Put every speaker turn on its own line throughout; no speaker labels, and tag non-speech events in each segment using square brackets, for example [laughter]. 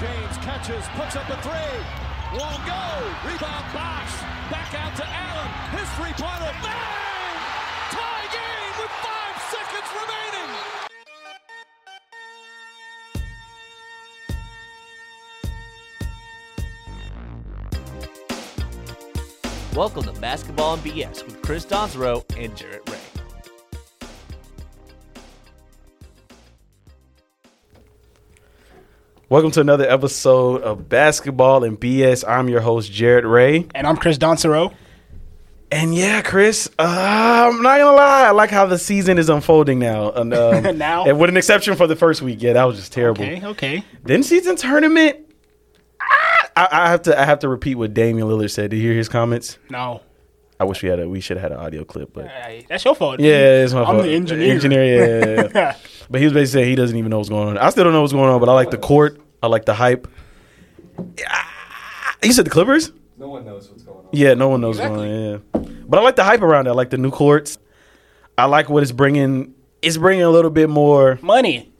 James catches, puts up a three. Won't go. Rebound box. Back out to Allen. His three-pointer. Bang! Tie game with five seconds remaining.
Welcome to Basketball and BS with Chris Donsrow and Jarrett Ray.
Welcome to another episode of Basketball and BS. I'm your host, Jared Ray.
And I'm Chris Donsero.
And yeah, Chris, uh, I'm not gonna lie, I like how the season is unfolding now. And um,
[laughs] Now?
and with an exception for the first week, yeah, that was just terrible.
Okay, okay.
Then season tournament. ah, I, I have to I have to repeat what Damian Lillard said. Did you hear his comments?
No.
I wish we had a we should have had an audio clip, but
Hey, that's your fault.
yeah, it's my
Uh, I'm
fault.
the engineer.
Engineer, yeah, yeah,
[laughs]
yeah. but he was basically saying he doesn't even know what's going on. I still don't know what's going on, but I like the court. I like the hype. Ah, You said the Clippers?
No one knows what's going on.
Yeah, no one knows going on. Yeah, but I like the hype around it. I like the new courts. I like what it's bringing. It's bringing a little bit more.
Money.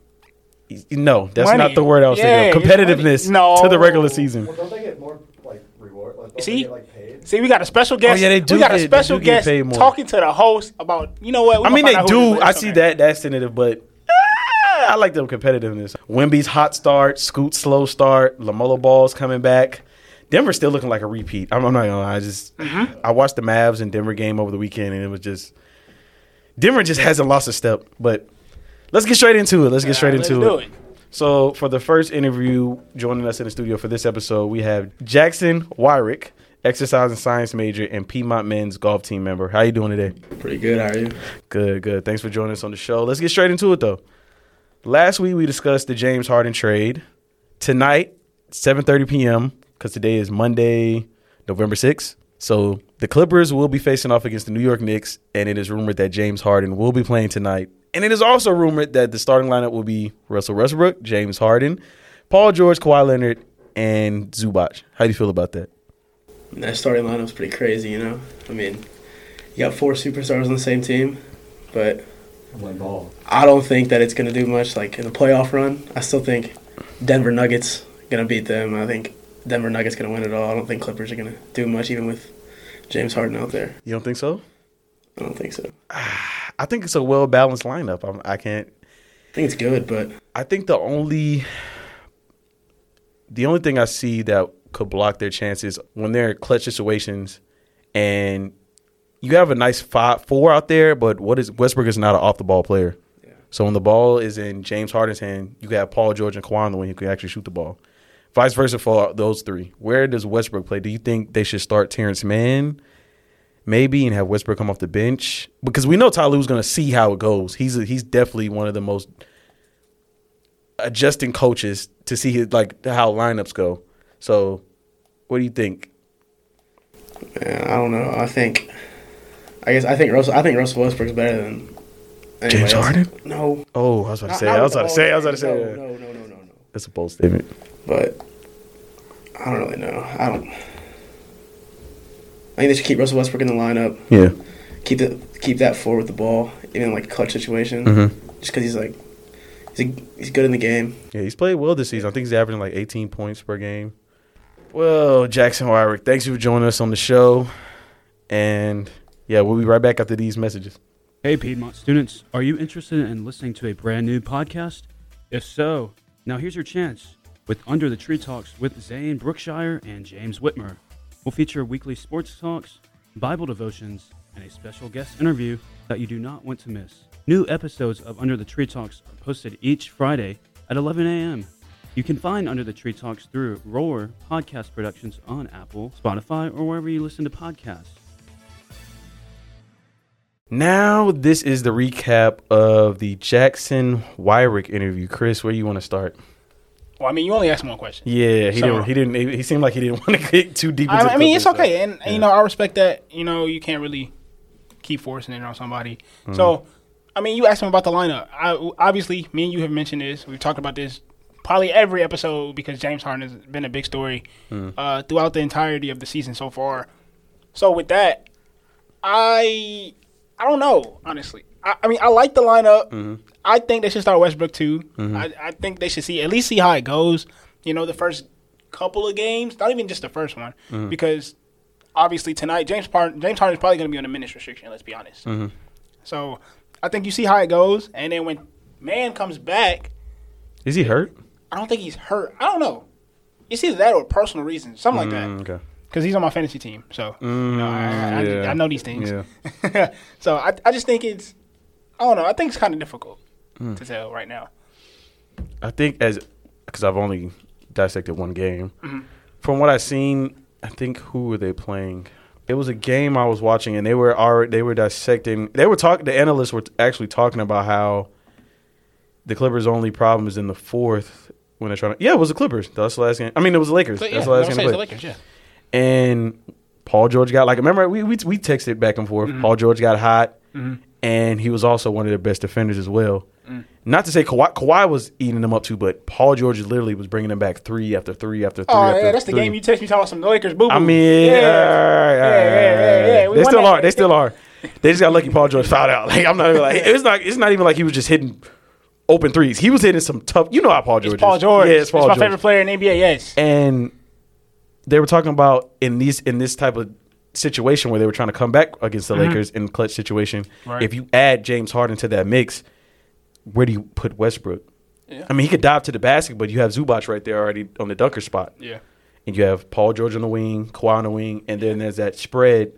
No, that's
Money.
not the word I was
Yeah,
thinking. of. Competitiveness
it's money.
to the regular
No.
season.
Well, don't they get more like reward? Like, don't
See?
they get like paid?
See, we got a special guest.
Oh, yeah, they do
We got
get-
a
they
special
do get
guest
paid more.
talking to the host about, you know what? we
I
gonna
mean,
find
they
out who
do.
this
I
is.
see
Okay.
that. That's tentative, but ah, I like the competitiveness. Wimby's hot start, Scoot slow start, Lamelo Ball's coming back. Denver's still looking like a repeat. I'm, I'm not gonna lie. I just
Mm-hmm.
I watched the Mavs and Denver game over the weekend, and it was just Denver just hasn't lost a step. But let's get straight into it. Let's get straight
Let's
into
do
it. So for the first interview, joining us in the studio for this episode, we have Jackson Wyrick, exercise and science major and Piedmont men's golf team member. How you doing today?
Pretty good. How are you?
Good, good. Thanks for joining us on the show. Let's get straight into it though. Last week we discussed the James Harden trade. Tonight, 7:30 p.m. because today is Monday, November 6th. So the Clippers will be facing off against the New York Knicks, and it is rumored that James Harden will be playing tonight. And it is also rumored that the starting lineup will be Russell Westbrook, James Harden, Paul George, Kawhi Leonard, and Zubac. How do you feel about that?
That starting lineup's pretty crazy, you know? I mean, you got four superstars on the same team, but
I'm like ball.
I don't think that it's going to do much. Like in the playoff run, I still think Denver Nuggets going to beat them. I think Denver Nuggets going to win it all. I don't think Clippers are going to do much, even with James Harden out there.
You don't think so?
I don't think so.
I think it's a well balanced lineup. I'm, I can't
I think it's good, but
I think the only the only thing I see that could block their chances when they're in clutch situations and you have a nice five four out there, but what is Westbrook is not an off the ball player. So when the ball is in James Harden's hand, you can have Paul George and Kawhi on the wing who can actually shoot the ball. Vice versa for those three. Where does Westbrook play? Do you think they should start Terrence Mann? maybe and have Westbrook come off the bench because we know Ty Lue's going to see how it goes. He's he's definitely one of the most adjusting coaches to see his, like how lineups go. So, what do you think?
yeah, I don't know. I think. I guess I think Russell. I think Russell Westbrook's better than anybody
James
else.
Harden?
No.
Oh, I was about to say.
Not
I was
with
about to
the
say. I
ball.
was about to say.
No, no, no, no, no, no.
That's a bold statement.
but I don't really know. I don't. I think they should keep Russell Westbrook in the lineup.
Yeah.
Keep the keep that forward with the ball, even in like clutch situation. Just because he's like he's he's good in the game.
Yeah, he's played well this season. I think he's averaging like 18 points per game. Well, Jackson Wyrick, thanks for joining us on the show. And yeah, we'll be right back after these messages.
Hey, Piedmont students, are you interested in listening to a brand new podcast? If so, now here's your chance with Under the Tree Talks with Zane Brookshire and James Whitmer. We'll feature weekly sports talks, Bible devotions, and a special guest interview that you do not want to miss. New episodes of Under the Tree Talks are posted each Friday at 11 a.m. You can find Under the Tree Talks through Roar Podcast Productions on Apple, Spotify, or wherever you listen to podcasts.
Now, this is the recap of the Jackson Wyrick interview. Chris, where you want to start?
Well, I mean, you only asked one question.
Yeah, he
So-
didn't. He didn't. He, he seemed like he didn't [laughs] want to get too deep. Into
I, I mean,
the
it's
Clippers,
okay,
so-
and and, you know, I respect that. You know, you can't really keep forcing it on somebody.
Mm-hmm.
So, I mean, you asked him about the lineup. I obviously, me and you have mentioned this. We've talked about this probably every episode because James Harden has been a big story
Mm.
uh, throughout the entirety of the season so far. So with that, I I don't know honestly. I, I mean, I like the lineup.
Mm-hmm.
I think they should start Westbrook too. I, I think they should see at least see how it goes. You know, the first couple of games, not even just the first one,
Mm-hmm.
because obviously tonight James Harden, James Harden is probably going to be on a minutes restriction. Let's be honest.
Mm-hmm.
So I think you see how it goes, and then when Man comes back,
Is he hurt?
I don't think he's hurt. I don't know. It's either that or personal reasons, something like that.
Mm, okay.
Because he's on my fantasy team, so you know, I, I,
Mm, yeah.
I know these things.
Yeah.
[laughs] so I, I just think it's, I don't know. I think it's kind of difficult
Mm.
to tell right now.
I think as because I've only dissected one game. From what I've seen, I think who were they playing? It was a game I was watching, and they were already they were dissecting. They were talking. The analysts were actually talking about how the Clippers' only problem is in the fourth when they're trying to. Yeah, it was the Clippers. That's the last game. I mean, it was the Lakers.
But yeah,
That's the last
I'm
game.
saying
they
it's the
played
Lakers, yeah.
and Paul George got like remember we we, we texted back and
Mm-hmm.
forth. Paul George got hot, and he was also one of their best defenders as well.
Mm.
Not to say Kawhi, Kawhi was eating them up too, but Paul George literally was bringing them back three after three after three.
Oh
after
yeah, that's the
three.
game you text me talking about some Lakers boo boo.
I mean, all right, all
yeah,
right,
yeah, yeah.
all right.
We
they
won
still
that
are. They
game.
still are. They just got lucky. Paul George fouled out. [laughs] Like I'm not even like it's not. It's not even like he was just hitting open threes. He was hitting some tough. You know how Paul George.
it's Paul
is.
George.
Yeah, it's Paul
my
George
favorite player in the NBA. Yes,
and they were talking about in these in this type of situation where they were trying to come back against the Lakers in clutch situation.
Mm-hmm. Right.
If you add James Harden to that mix, where do you put Westbrook?
Yeah.
I mean, he could dive to the basket, but you have Zubac right there already on the dunker spot,
yeah.
and you have Paul George on the wing, Kawhi on the wing, and then there's that spread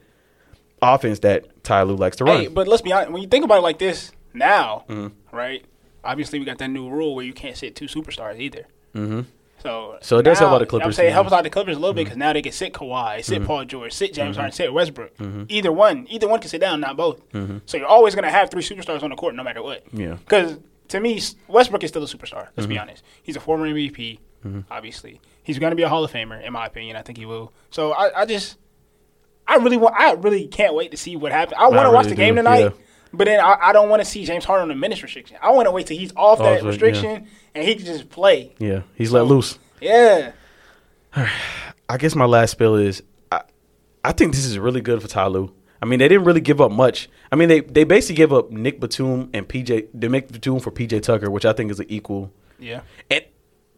offense that Ty Lue likes to run. Mm-hmm.
Hey, but let's be honest. When you think about it like this now, right? Obviously, we got that new rule where you can't sit two superstars either. Mm-hmm. So,
So it does help
now-
out the Clippers Mm-hmm.
I'm saying it
now.
helps out the Clippers a little bit because now they can sit Kawhi, sit Paul George, sit James
Mm-hmm.
Harden, sit Westbrook. Either one, either one can sit down, not both. So you're always going to have three superstars on the court no matter what.
Mm-hmm. Yeah. Mm-hmm.
Because to me, S- Westbrook is still a superstar. Let's be honest. He's a former MVP. Obviously, he's going to be a Hall of Famer in my opinion. I think he will. So I, I just. I really want. I really can't wait to see what happens. I want to
really
watch the game
do,
tonight,
yeah.
but then I, I don't want to see James Harden on the minutes restriction. I want to wait till he's
Off
off that
it,
restriction and he can just play.
yeah, he's let loose.
Yeah,
I guess my last spill is I, I think this is really good for Tyloo. I mean, they didn't really give up much. I mean, they, they basically gave up Nick Batum and PJ. They make Batum for PJ Tucker, which I think is an equal.
yeah.
And,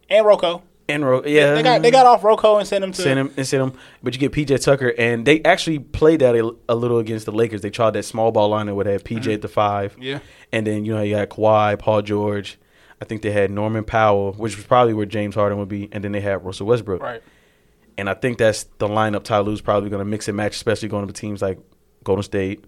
And Rocco,
and Ro- yeah,
they got they got off Rocco and sent him to
send him and send him, but you get PJ Tucker, and they actually played that a, a little against the Lakers. They tried that small ball line that would have PJ at the five,
Mm-hmm. Yeah.
and then you know you had Kawhi, Paul George. I think they had Norman Powell, which was probably where James Harden would be, and then they had Russell Westbrook.
right.
And I think that's the lineup Ty Lue's probably going to mix and match, especially going to teams like Golden State.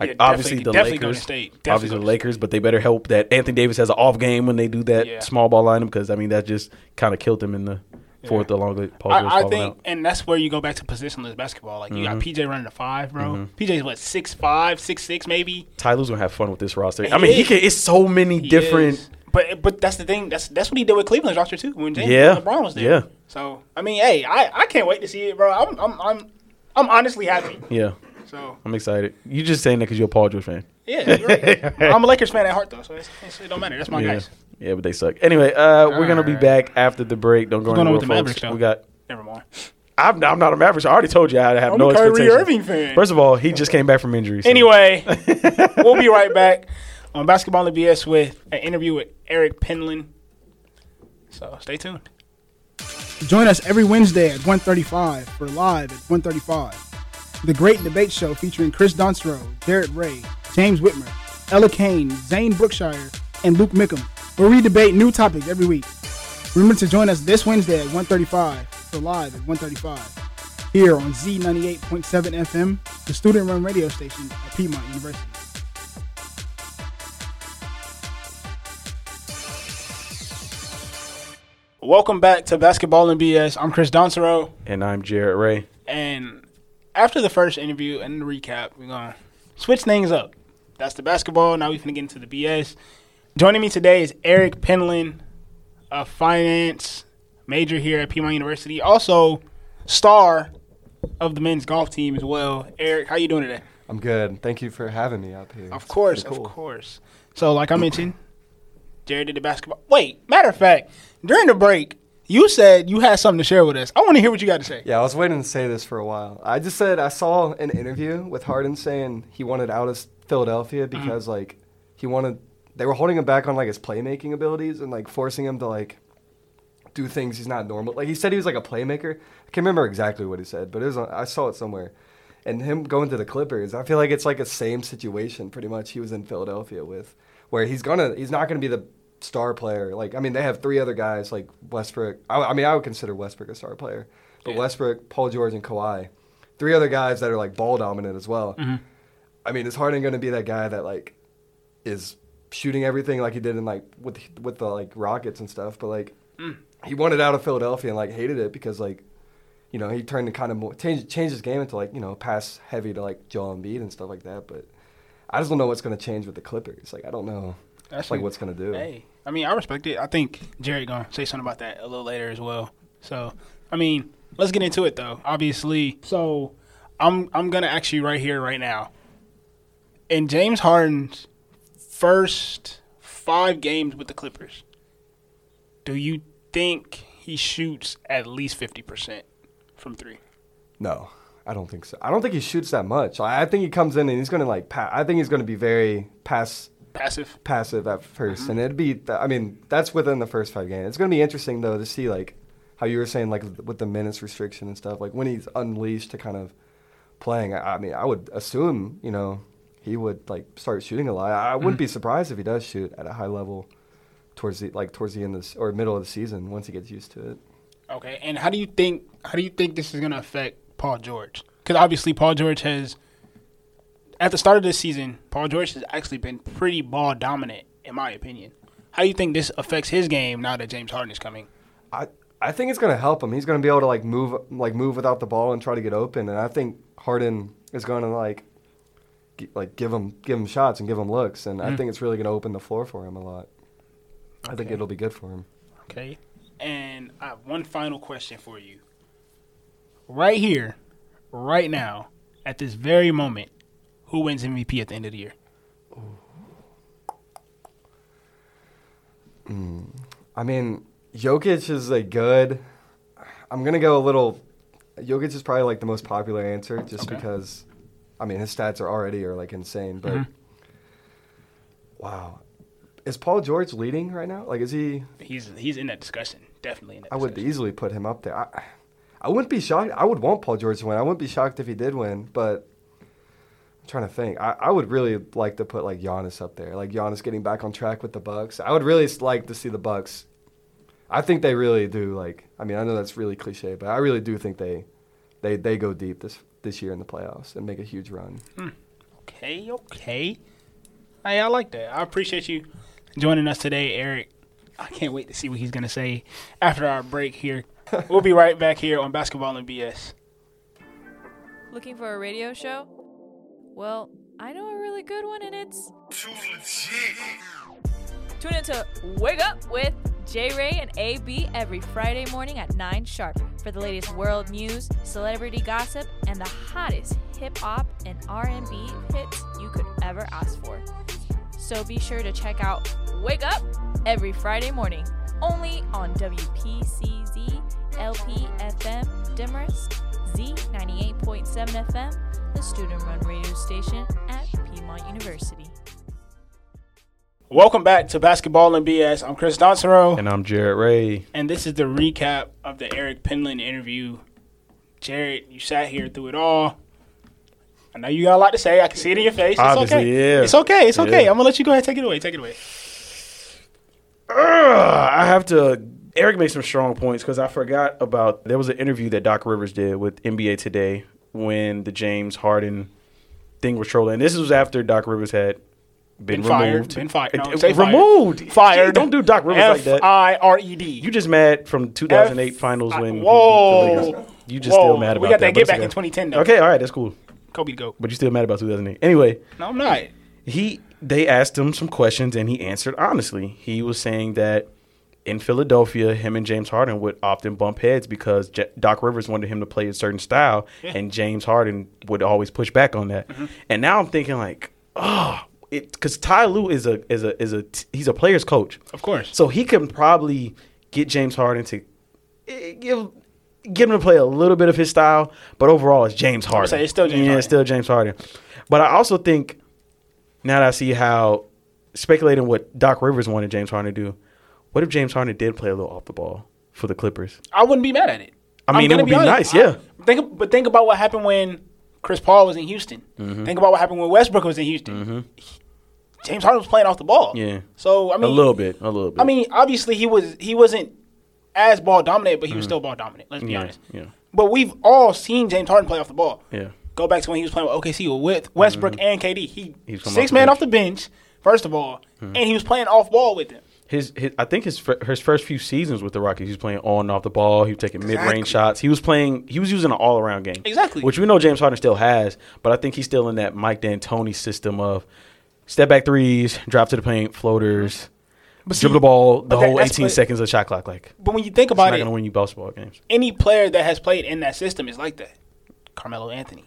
Like
Yeah,
obviously
definitely-
the
definitely
Lakers,
Golden State. Definitely
obviously the
Golden
Lakers, but they better hope that Anthony Davis has an off game when they do that
Yeah.
small ball lineup because I mean that just kind of killed them in the fourth along with Paul George
I, I
falling
think,
out.
and that's where you go back to positionless basketball. Like
Mm-hmm.
you got PJ running a five, bro. PJ's what six five, six six, maybe.
Ty Lue's gonna have fun with this roster. I mean, he
is.
can. It's so many
He
different.
is. But but that's the thing. That's that's what he did with Cleveland's roster too. When James
Yeah.
LeBron was there.
Yeah.
So I mean, hey, I, I can't wait to see it, bro. I'm I'm I'm, I'm honestly happy.
Yeah,
So
I'm excited. You just saying that because you're a Paul George fan.
[laughs] yeah,
[laughs]
you're right. I'm a Lakers fan at heart though, so it's, it's, it don't matter. That's my
yeah,
guys.
yeah, but they suck. Anyway, uh, we're gonna be back after the break. Don't go
What's going on
anywhere,
with the
folks.
Mavericks, though?
we got
Never mind.
I'm, I'm not a Mavericks. I already told you I have
I'm
no
a Kyrie
expectations.
Irving fan.
First of all, he just came back from injury. so- [laughs]
Anyway, we'll be right back on Basketball and BS with an interview with Eric Penland. So stay tuned.
Join us every Wednesday at 1:35 for Live at 1:35, The Great Debate Show featuring Chris Donsro, Jared Ray, James Whitmer, Ella Kane, Zane Brookshire, and Luke Mickham, where we debate new topics every week. Remember to join us this Wednesday at 1:35 for Live at 1:35 here on Z98.7 FM, the student-run radio station at Piedmont University.
Welcome back to Basketball and BS. I'm Chris Donsero.
And I'm Jared Ray.
And after the first interview and the recap, we're gonna switch things up. That's the basketball. Now we're gonna get into the BS. Joining me today is Eric Penland, a finance major here at Piedmont University, also star of the men's golf team as well. Eric, how you doing today?
I'm good. Thank you for having me up here.
Of course, of course. So, like I mentioned, Jared did the basketball. Wait, matter of fact, during the break, you said you had something to share with us. I want to hear what you got to say.
Yeah, I was waiting to say this for a while. I just said I saw an interview with Harden saying he wanted out of Philadelphia
Mm.
because like he wanted they were holding him back on like his playmaking abilities and like forcing him to like do things he's not normal. Like he said, he was like a playmaker. I can't remember exactly what he said, but it was on, I saw it somewhere. And him going to the Clippers, I feel like it's like a same situation pretty much. He was in Philadelphia with, where he's gonna he's not gonna be the star player. Like I mean, they have three other guys like Westbrook. I, I mean, I would consider Westbrook a star player, but Westbrook, Paul George, and Kawhi, three other guys that are like ball dominant as well. I mean, is Harden going to be that guy that like is shooting everything like he did in like with with the like Rockets and stuff? But like
Mm.
he wanted out of Philadelphia and like hated it because like you know he turned to kind of more, change changed his game into like you know pass heavy to like Joel Embiid and stuff like that. But I just don't know what's going to change with the Clippers. Like I don't know.
That's
like
what-
what's gonna do?
Hey, I mean, I respect it. I think Jared gonna say something about that a little later as well. So, I mean, let's get into it though. Obviously, so I'm I'm gonna ask you right here, right now. In James Harden's first five games with the Clippers, do you think he shoots at least fifty percent from three?
No, I don't think so. I don't think he shoots that much. I, I think he comes in and he's gonna like. Pa- I think he's gonna be very pass
Passive.
passive at 1st and it'd be. th- I mean, that's within the first five games. It's gonna be interesting though to see like how you were saying like with the minutes restriction and stuff. Like when he's unleashed to kind of playing. I, I mean, I would assume you know he would like start shooting a lot. I, I wouldn't be surprised if he does shoot at a high level towards the like towards the end of this, or middle of the season once he gets used to it.
Okay, and how do you think how do you think this is going to affect Paul George? Because obviously Paul George has, at the start of this season, Paul George has actually been pretty ball dominant, in my opinion. How do you think this affects his game now that James Harden is coming?
I I think it's gonna help him. He's gonna be able to like move like move without the ball and try to get open. And I think Harden is gonna like g- like give him give him shots and give him looks. And I think it's really gonna open the floor for him a lot. I think
Mm. Okay.
it'll be good for him.
Okay, and I have one final question for you. Right here, right now, at this very moment, who wins MVP at the end of the year?
I mean, Jokic is a good. I'm gonna go a little. Jokic is probably like the most popular answer, just
Okay.
because. I mean, his stats are already are like insane, but.
Mm-hmm.
Wow, is Paul George leading right now? Like, is he?
He's he's in that discussion, definitely in that.
I would
discussion.
easily put him up there. I, I wouldn't be shocked. I would want Paul George to win. I wouldn't be shocked if he did win, but I'm trying to think. I, I would really like to put like Giannis up there. Like Giannis getting back on track with the Bucks. I would really s- like to see the Bucks. I think they really do like I mean, I know that's really cliche, but I really do think they they they go deep this this year in the playoffs and make a huge run.
Okay, okay. Hey, I like that. I appreciate you joining us today, Eric. I can't wait to see what he's going to say after our break
[laughs]
here. we'll be right back here on Basketball and BS.
Looking for a radio show? Well, I know a really good one, and it's. Tune in to Wake Up with J Ray and AB every Friday morning at 9 sharp for the latest world news, celebrity gossip, and the hottest hip hop and R&B hits you could ever ask for. So be sure to check out Wake Up every Friday morning, only on WPCZ, LPFM, Demarest, Z98.7 FM, the student run radio station at Piedmont University.
Welcome back to Basketball and BS. I'm Chris Donsero,
And I'm Jared Ray.
and this is the recap of the Eric Penland interview. Jared, you sat here through it all. I know you got a lot to say. I can see it in your face. It's
Obviously,
okay.
yeah.
It's okay. It's okay.
Yeah.
I'm going to let you go ahead. Take it away. Take it away.
Ugh, I have to. Eric made some strong points because I forgot about. There was an interview that Doc Rivers did with NBA Today when the James Harden thing was trolling. And this was after Doc Rivers had been,
Been fired,
removed.
been fired. No,
Eh,
say fired.
removed.
Fired.
Don't do Doc Rivers like that.
F-I-R-E-D.
You just mad from 2008 finals
I-
when
Whoa.
the Lakers- You just
Whoa.
still mad about
We got that
but
get
it's
back in
okay.
2010 though.
Okay, all right, that's cool.
Kobe to go.
But you still mad about 2008. Anyway,
No, I'm not.
he they asked him some questions and he answered honestly. He was saying that in Philadelphia, him and James Harden would often bump heads because J- Doc Rivers wanted him to play a certain style, and James Harden would always push back on that.
Mm-hmm.
And now I'm thinking like, oh, it because Ty Lue is a is a is a t- he's a player's coach,
Of course.
so he can probably get James Harden to eh, give get him to play a little bit of his style, but overall it's James Harden.
say it's still James
yeah,
Harden.
it's still James Harden. But I also think now that I see how speculating what Doc Rivers wanted James Harden to do, what if James Harden did play a little off the ball? for the Clippers.
I wouldn't be mad at it.
I
I'm
mean, it
gonna
would be nice,
I-
yeah.
think, but think about what happened when Chris Paul was in Houston.
Mm-hmm.
Think about what happened when Westbrook was in Houston. He- James Harden was playing off the ball.
Yeah.
So I mean,
a little bit, a little bit.
I mean, obviously he was he wasn't as ball dominant, but he was still ball dominant. Let's be
Mm. yeah,
honest.
yeah,
But we've all seen James Harden play off the ball.
yeah. Mm-hmm.
Go back to when he was playing with OKC with Westbrook and KD. He,
He was coming off
six
the
man
bench. Mm.
off the bench, first of all, and he was playing off ball with them.
His, his, I think his fir- his first few seasons with the Rockets, he was playing on and off the ball. He was taking mid range shots. He was playing. He was using an all around game.
Exactly.
Which we know James Harden still has, but I think he's still in that Mike D'Antoni system of step back threes, drop to the paint, floaters, dribble the ball, the
but that-
whole
that's
eighteen
what-
seconds of shot clock. Like
But when you think
it's not
about
gonna
it,
win you basketball games.
any player that has played in that system is like that. Carmelo Anthony.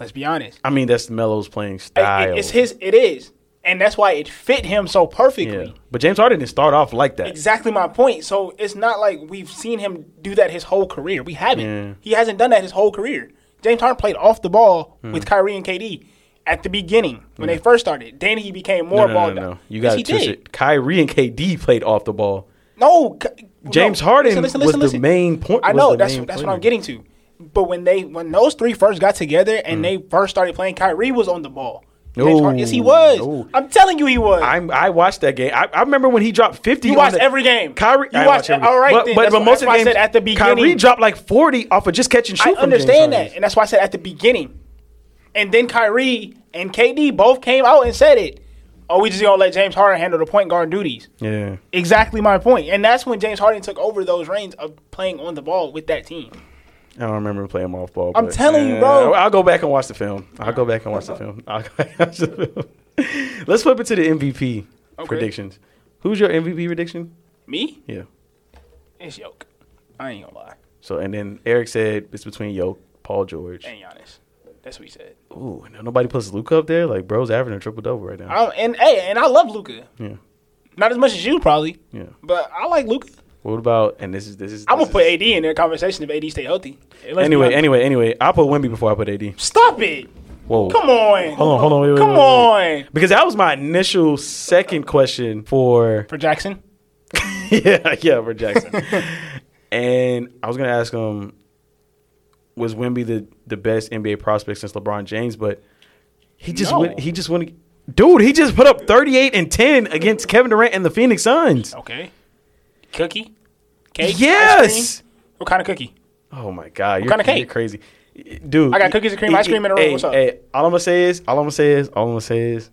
Let's be honest.
I mean, that's Melo's playing
It- it-
style.
it's his. It is, and that's why it fit him so perfectly.
Yeah. But James Harden didn't start off like that.
Exactly my point. So it's not like we've seen him do that his whole career. We haven't.
Yeah.
He hasn't done that his whole career. James Harden played off the ball
Hmm.
with Kyrie and KD at the beginning when they first started. Then he became
No,
more
no,
ball
no, no,
dominant.
no. You got
Yes,
to
he
twist
did.
it. Kyrie and KD played off the ball.
No, K-
James
no.
Harden was the main point-
I
was
know
the
that's
main
that's what I'm
playmaker.
getting to. But when they when those three first got together
Hmm.
and they first started playing, Kyrie was on the ball. James Harden- yes, he
No,
was.
no.
I'm telling you, he was.
I I watched that game. I, I remember when he dropped fifty.
You
on
watch
the-
every game.
Kyrie,
You
I
watch-
every game.
all right
But
then.
but,
That's
but
why-
most
that's why I
of the games,
said at the
Kyrie
beginning-
dropped like forty off of just catching
I
shoot. from James
understand
Harden.
that, and that's why I said at the beginning. And then Kyrie and KD both came out and said it. Oh, we just gonna let James Harden handle the point guard duties.
Yeah.
Exactly my point. And that's when James Harden took over those reins of playing on the ball with that team.
I don't remember him playing off ball.
I'm
but-
telling you, bro.
Uh, I'll go back and watch the film. I'll go back and watch the film. I'll go back and watch the film. [laughs] Let's flip it to the MVP predictions. Who's your MVP prediction?
Me?
Yeah.
It's Yoke. I ain't gonna lie.
So and then Eric said it's between Yo, Paul George.
And Giannis. That's what he said.
Ooh, and nobody puts Luke up there. Like bro's averaging a triple double right now.
I, and hey, and I love Luca.
yeah.
Not as much as you probably.
Yeah.
But I like Luca.
What about? And this is this is.
I'm
this
gonna put
is-
AD in their conversation if AD stay healthy. Let's be
Anyway,
honest.
anyway, anyway. I'll put Wimby before I put AD.
stop it.
Whoa.
Come on.
Hold on, hold on. Wait, wait,
Come
wait, wait,
on.
Because that was my initial second question for [laughs]
For Jackson.
yeah, yeah, for Jackson. and I was gonna ask him, was Wimby the, the best NBA prospect since LeBron James? But he just
No.
went. He just went. Dude, he just put up thirty eight and ten against Kevin Durant and the Phoenix Suns.
Okay. Cookie? Cake? ice
Yes.
cream? What kind of cookie?
Oh my God, you're,
kind of
you're
cake?
crazy, dude.
I got cookies and cream, ice cream in a row.
Hey,
What's up?
Hey, all I'm gonna say is, all I'm gonna say is, all I'm gonna say is,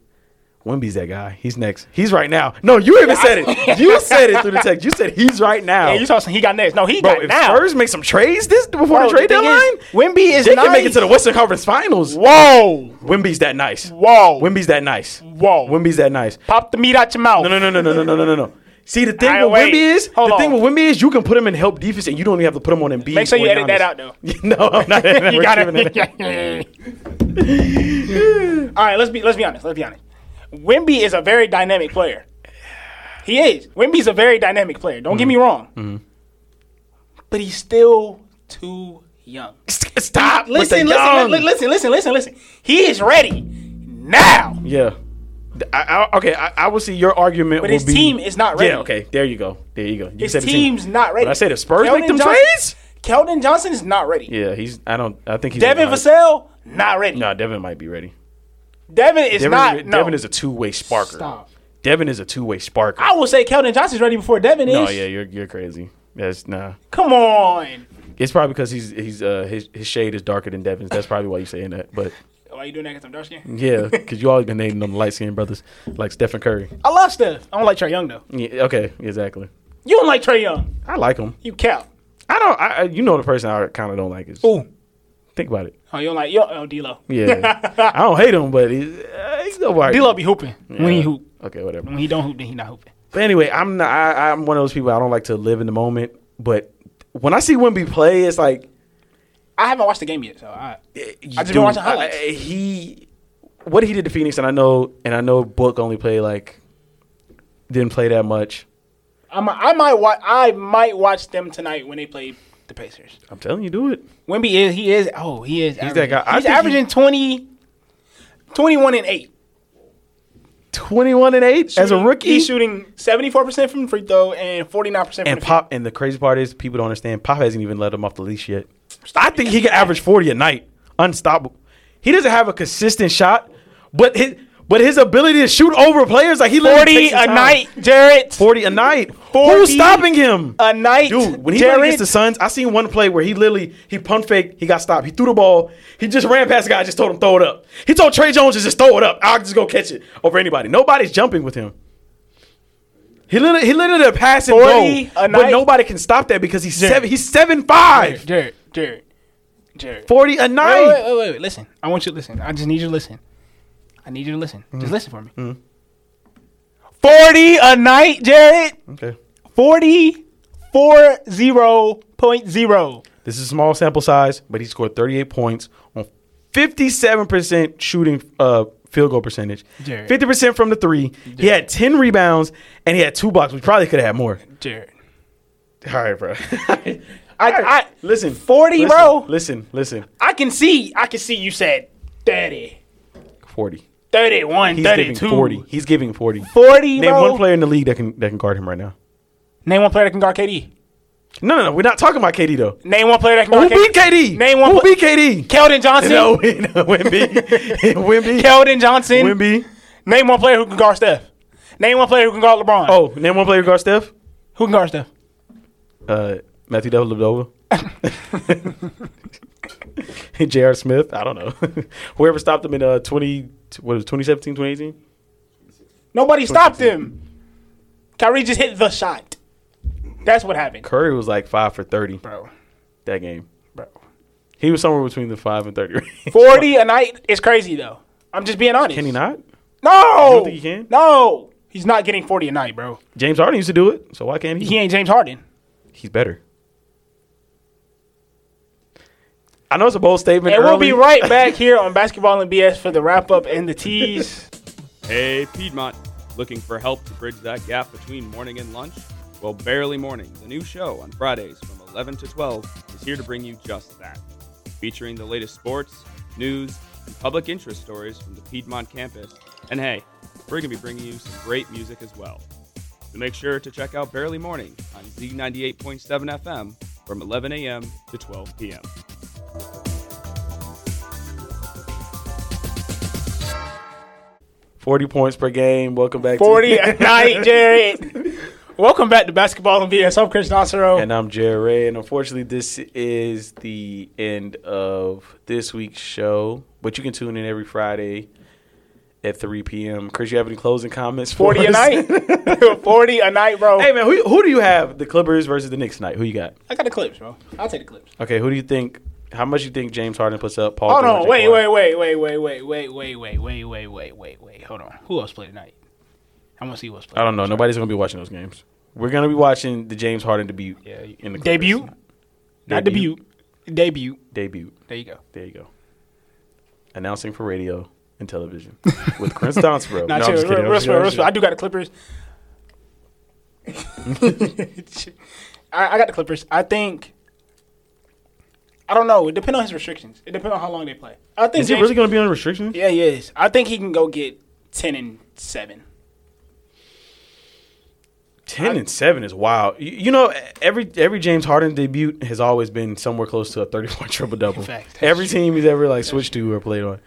Wimby's that guy. He's next. He's right now. No, you even said
[laughs]
it. You said it through the text. You said he's right now.
Yeah, you saw some- he got next. No, he
Bro,
got
if
now.
Spurs make some trades this before
Bro,
the trade
thing
deadline,
is, Wemby is
they
nice.
can make it to the Western Conference Finals.
Whoa.
Wimby's that nice.
Whoa.
Wimby's that nice.
Whoa.
Wimby's that nice.
Pop the meat out your mouth.
No, no, no, no, no, no, no, no, no, no. See the thing
Alright,
with
wait.
Wimby is
Hold
the thing
on.
with Wimby is you can put him in help defense and you don't even have to put him on Embiid.
Make sure you
or
edit that
Giannis.
out, though.
[laughs] no, I'm not.
[laughs] you
you
got
got it.
it. All right, let's be let's be honest. Let's be honest. Wimby is a very dynamic player. He is. Wimby's a very dynamic player. Don't
Mm-hmm.
get me wrong. But he's still too young.
[laughs] Stop. with the
Listen,
young.
listen, li- listen, listen, listen, listen. He is ready now.
Yeah. Th- I, I, okay, I, I will see your argument.
But
will
his
be-
team is not ready.
Yeah, okay, there you go, there you go. You
His
said the
team's not ready.
When I say the Spurs
Keldon
make them
Johnson-
trades.
Keldon Johnson is not ready.
Yeah, he's. I don't. I think he's.
Devin
might-
Vassell, not ready.
No, Devin might be ready.
Devin is
Devin,
not. no.
Devin is a two way sparker.
Stop.
Devin is a two way sparker.
I will say Keldon Johnson's ready before Devin
no,
is.
yeah, you're you're crazy. That's nah.
Come on.
It's probably because he's he's uh his, his shade is darker than Devin's. That's probably why you're saying that. But
Why you doing that because I'm dark skinned?
yeah, because you always been naming them light skinned brothers like Stephen
[laughs]
Curry.
I love Steph. I don't like Trey Young though.
Yeah, okay, exactly.
You don't like Trey Young.
I like him.
You cap.
I don't. I, I you know the person I kind of don't like is.
Ooh.
Think about it.
Oh, you don't like you don't, oh D'Lo.
Yeah, I don't hate him, but he's, uh, he's nobody.
D'Lo be hooping when he
Yeah.
hoop.
Okay, whatever.
When he don't hoop, then he not hooping.
But anyway, I'm not, I, I'm one of those people. I don't like to live in the moment, but when I see Wimby play, it's like
I haven't watched the game yet, so I.
you
just been
do-
watching highlights.
I- I- he what he did to Phoenix, and I know, and I know Book only played like didn't play that much.
I might, I might watch. I might watch them tonight when they play the Pacers.
I'm telling you, do it.
Wimby is he is oh he is he's
that guy. I
He's
think he-
averaging 20, 21 and eight.
21 and 8 as a
Shooting-
rookie.
He's shooting 74% from the free throw and 49% from
and
the field.
Pop, and the crazy part is, people don't understand. Pop hasn't even let him off the leash yet. I think he can average forty a night, unstoppable. He doesn't have a consistent shot, but his but his ability to shoot over players like he literally
40
takes his
a
time.
night, Jarrett.
forty a night.
40
Who's stopping him?
a night,
dude. When he
Jarrett.
played against the Suns, I seen one play where he literally he pump faked, he got stopped, he threw the ball, he just ran past the guy, just told him throw it up. He told Trey Jones to just throw it up. I'll just go catch it over anybody. Nobody's jumping with him. He literally he literally a pass and
40
go,
a
but
night.
nobody can stop that because he's
Jared.
seven he's seven five.
Jarrett, Jarrett, Jarrett.
Forty a
Wait,
night.
wait, wait, wait, wait. Listen. I want you to listen. I just need you to listen. I need you to listen.
Mm.
Just listen for me. 40 a night, Jarrett.
Okay.
40, 40.0.
This is a small sample size, but he scored 38 points on 57% shooting uh, field goal percentage,
Jared.
50% from the three. He had 10 rebounds and he had two blocks. We probably could have had more.
Jarrett.
All right, bro. [laughs] I,
I-
listen,
40,
listen,
bro.
Listen, listen,
I can see. I can see you said 30,
40.
31,
He's giving
32.
40. He's giving 40.
40,
Name
bro.
one player in the league that can that can guard him right now.
Name one player that can guard KD.
No, no, no. We're not talking about KD though.
Name one player that can
Who
guard
beat
KD.
KD?
Name one
Who
pla-
beat KD?
Keldon Johnson.
Oh, [laughs] No, [laughs] Wimby, Wimby,
Keldon Johnson.
Wimby.
Name one player who can guard Steph. Name one player who can guard LeBron.
Oh, name one player who guard Steph.
Who can guard Steph?
uh, Matthew Dellavedova, [laughs] J.R. Smith. I don't know. [laughs] Whoever stopped him in uh, 20, what is it, 2017, 2018?
Nobody stopped him. Kyrie just hit the shot. That's what happened.
Curry was like 5 for 30
Bro.
that game.
Bro.
He was somewhere between the 5 and 30 range.
40 a night is crazy, though. I'm just being honest.
[laughs] Can he not?
No.
don't think he can?
No. He's not getting 40 a night, bro.
James Harden used to do it, so why can't he?
He ain't James Harden.
He's better. I know it's a bold statement.
And we'll be
early.
right back here on Basketball and BS for the wrap up and the tease.
Hey, Piedmont. Looking for help to bridge that gap between morning and lunch? Well, Barely Morning, the new show on Fridays from 11 to 12, is here to bring you just that. Featuring the latest sports, news, and public interest stories from the Piedmont campus. And hey, we're going to be bringing you some great music as well. So make sure to check out Barely Morning on Z98.7 FM from 11 a.m. to 12 p.m.
[laughs] Forty points per game. Welcome back.
40
To- [laughs]
a night, Jared. Welcome back to Basketball and BS. I'm Chris
[laughs]
Nocero.
And I'm Jared Ray, and unfortunately, this is the end of this week's show. But you can tune in every Friday at 3 p.m. Chris, you have any closing comments? For
40 a
us?
night. [laughs] 40 a night,
[laughs]
bro.
hey man, who who do you have? The Clippers versus the Knicks tonight. Who you got?
I got the clips, bro. I'll take the clips.
Okay, who do you think? How much you think James Harden puts up? Paul
Hold
George,
on.
and
Wait,
Kawhi?
wait, wait, wait, wait, wait, wait, wait, wait, wait, wait, wait, wait, wait. Hold on. Who else played tonight? I want to see who else played.
I don't know. Nobody's gonna be watching those games. We're gonna be watching the James Harden debut.
Yeah, you-
in the Clippers.
Debut? Not debut. Debut.
Debut.
There you go.
There you go. Announcing for radio and television [laughs] with Chris Donsbro.
Not chill. Real,
I'm
real,
just
real, real,
kidding.
I do got the Clippers. [laughs] I, I got the Clippers. I think. I don't know. It depends on his restrictions. It depends on how long they play. I think.
Is he
James-
really gonna be on restrictions?
Yeah, he is. I think he can go get ten and seven.
Ten and seven is wild. You, you know, every every James Harden debut has always been somewhere close to a thirty [laughs] point triple double.
Fact. That's
Every team he's ever like switched to or played on.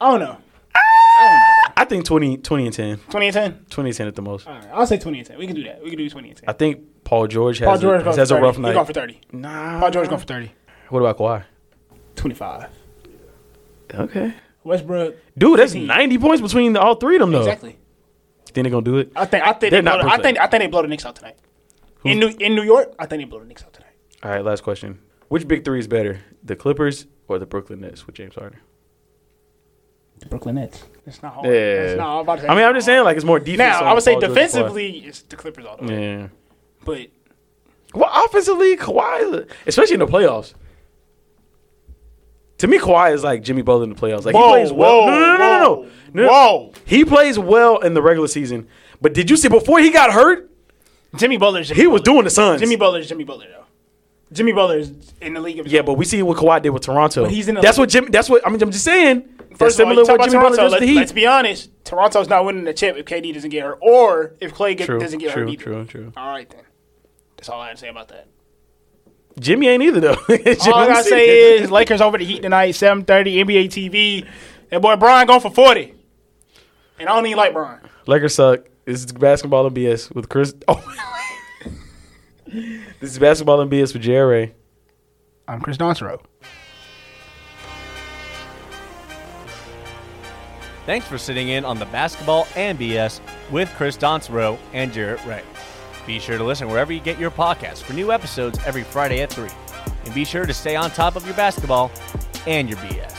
I don't know. I don't know.
I think 20, 20 and 10.
Twenty and ten.
20 and 10 at the most.
All right, I'll say twenty and ten. We can do that. We can do twenty and ten.
I think Paul George has
Paul
a-
George goes
has
for
a
30.
rough
He
night.
going for thirty.
Nah.
Paul George going for thirty.
What about Kawhi?
Twenty-five.
Okay.
Westbrook.
Dude, that's
15.
ninety points between all three of them though.
Exactly.
Then they're gonna do it.
I think. I think.
They're
They
not
blow, I
perfect.
think. I think they blow the Knicks out tonight. In New in New York, I think they blow the Knicks out tonight.
All right, last question. Which big three is better? The Clippers or the Brooklyn Nets with James Harden?
Brooklyn Nets. It's not hard.
Yeah.
It's not, I'm about to say
I mean, I'm just saying
Like,
like it's more defense.
now,
on
I would say
Paul George and Kawhi.
defensively, it's the Clippers all the way.
Yeah.
But
Well, offensively, Kawhi, is a- especially in the playoffs. To me, Kawhi is like Jimmy Butler in the playoffs. Like he
Whoa,
plays well.
whoa,
no, no, no, no, no, no, no.
whoa.
He plays well in the regular season. But did you see before he got hurt,
Jimmy Butler's Jimmy
he was
Butler.
doing the Suns.
Jimmy Butler's Jimmy Butler though. Jimmy Butler's in the league of his
yeah,
own.
but we see what Kawhi did with Toronto.
But he's in the-
that's what Jimmy. That's what I mean. I'm just saying.
First
That's
of all, you
similar
talk
to what
about
Jimmy Butler does
Toronto.
to
Let,
the Heat.
let's be honest. Toronto's not winning the chip if KD doesn't get hurt, or if Clay get,
True,
doesn't get
true,
hurt either.
true, true.
All right then. That's all I had to say about that.
Jimmy ain't either though. [laughs]
All I gotta say is Lakers over the Heat tonight, seven thirty NBA TV. That boy Brian going for forty, and I don't even like Brian.
Lakers suck. This is basketball and BS with Chris. Oh, [laughs] this is basketball and BS with Jerry.
I'm Chris Donsoro.
Thanks for sitting in on the Basketball and BS with Chris Donsrow and Jarrett Ray. Be sure to listen wherever you get your podcasts for new episodes every Friday at 3. And be sure to stay on top of your basketball and your BS.